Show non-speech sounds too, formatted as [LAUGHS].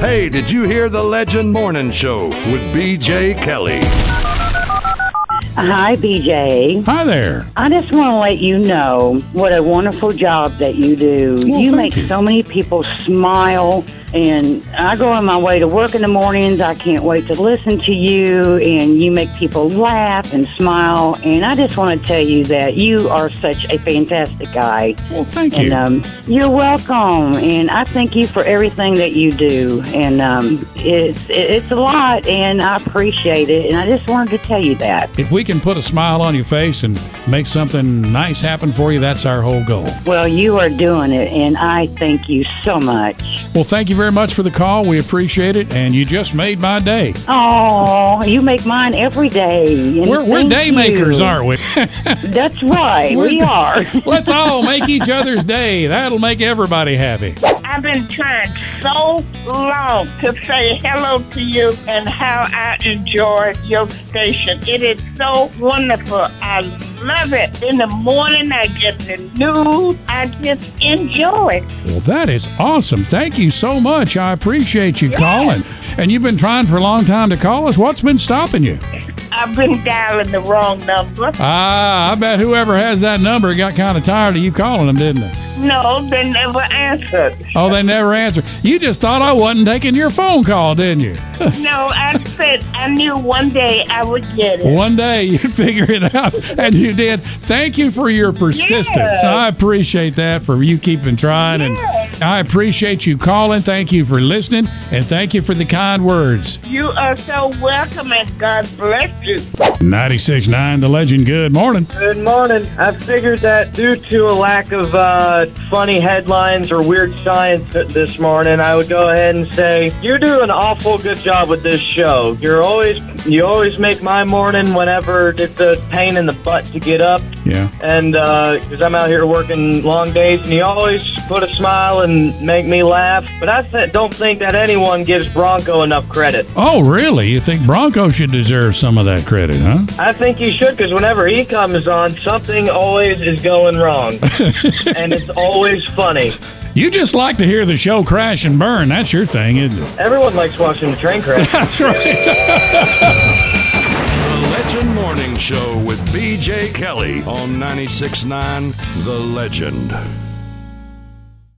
Hey, did you hear the Legend Morning Show with BJ Kelly? Hi, BJ. Hi there. I just want to let you know what a wonderful job that you do. Well, you thank make you. so many people smile, and I go on my way to work in the mornings. I can't wait to listen to you, and you make people laugh and smile. And I just want to tell you that you are such a fantastic guy. Well, thank And you. um, you're welcome. And I thank you for everything that you do. And um, it's it's a lot, and I appreciate it. And I just wanted to tell you that. if we can put a smile on your face and make something nice happen for you, that's our whole goal. Well, you are doing it, and I thank you so much. Well, thank you very much for the call. We appreciate it. And you just made my day. Oh, you make mine every day. and We're, we're thank day you. makers, aren't we? [LAUGHS] That's right. We're- we are. Let's all make each other's day. That'll make everybody happy. I've been trying so long to say hello to you and how I enjoy your station. It is so wonderful. I love it. In the morning, I get the news. I just enjoy it. Well, that is awesome. Thank you so much. I appreciate you calling. And you've been trying for a long time to call us. What's been stopping you? I've been dialing the wrong number. Ah, I bet whoever has that number got kind of tired of you calling them, didn't they? No, they never answered. Oh, they never answer. You just thought I wasn't taking your phone call, didn't you? No, I said I knew one day I would get it. One day [LAUGHS] you'd figure it out, and you did. Thank you for your persistence. Yes. I appreciate that for you keeping trying, Yes. and I appreciate you calling. Thank you for listening, and thank you for the kind words. You are so welcome and God bless you. 96.9 The Legend, good morning. Good morning. I figured that due to a lack of uh, funny headlines or weird science th- this morning, I would go ahead and say you do an awful good job with this show. You're always you always make my morning whenever it's a pain in the butt to get up, Yeah. and because I'm out here working long days, and you always put a smile and make me laugh. But I th- don't think that anyone gives Bronco enough credit. Oh, really? You think Bronco should deserve some of that credit, huh? I think you should because whenever he comes on, something always is going wrong. and it's always funny. You just like to hear the show crash and burn. That's your thing, isn't it? [LAUGHS] Everyone likes watching the train crash. That's right. The Legend Morning Show with BJ Kelly on 96.9 The Legend.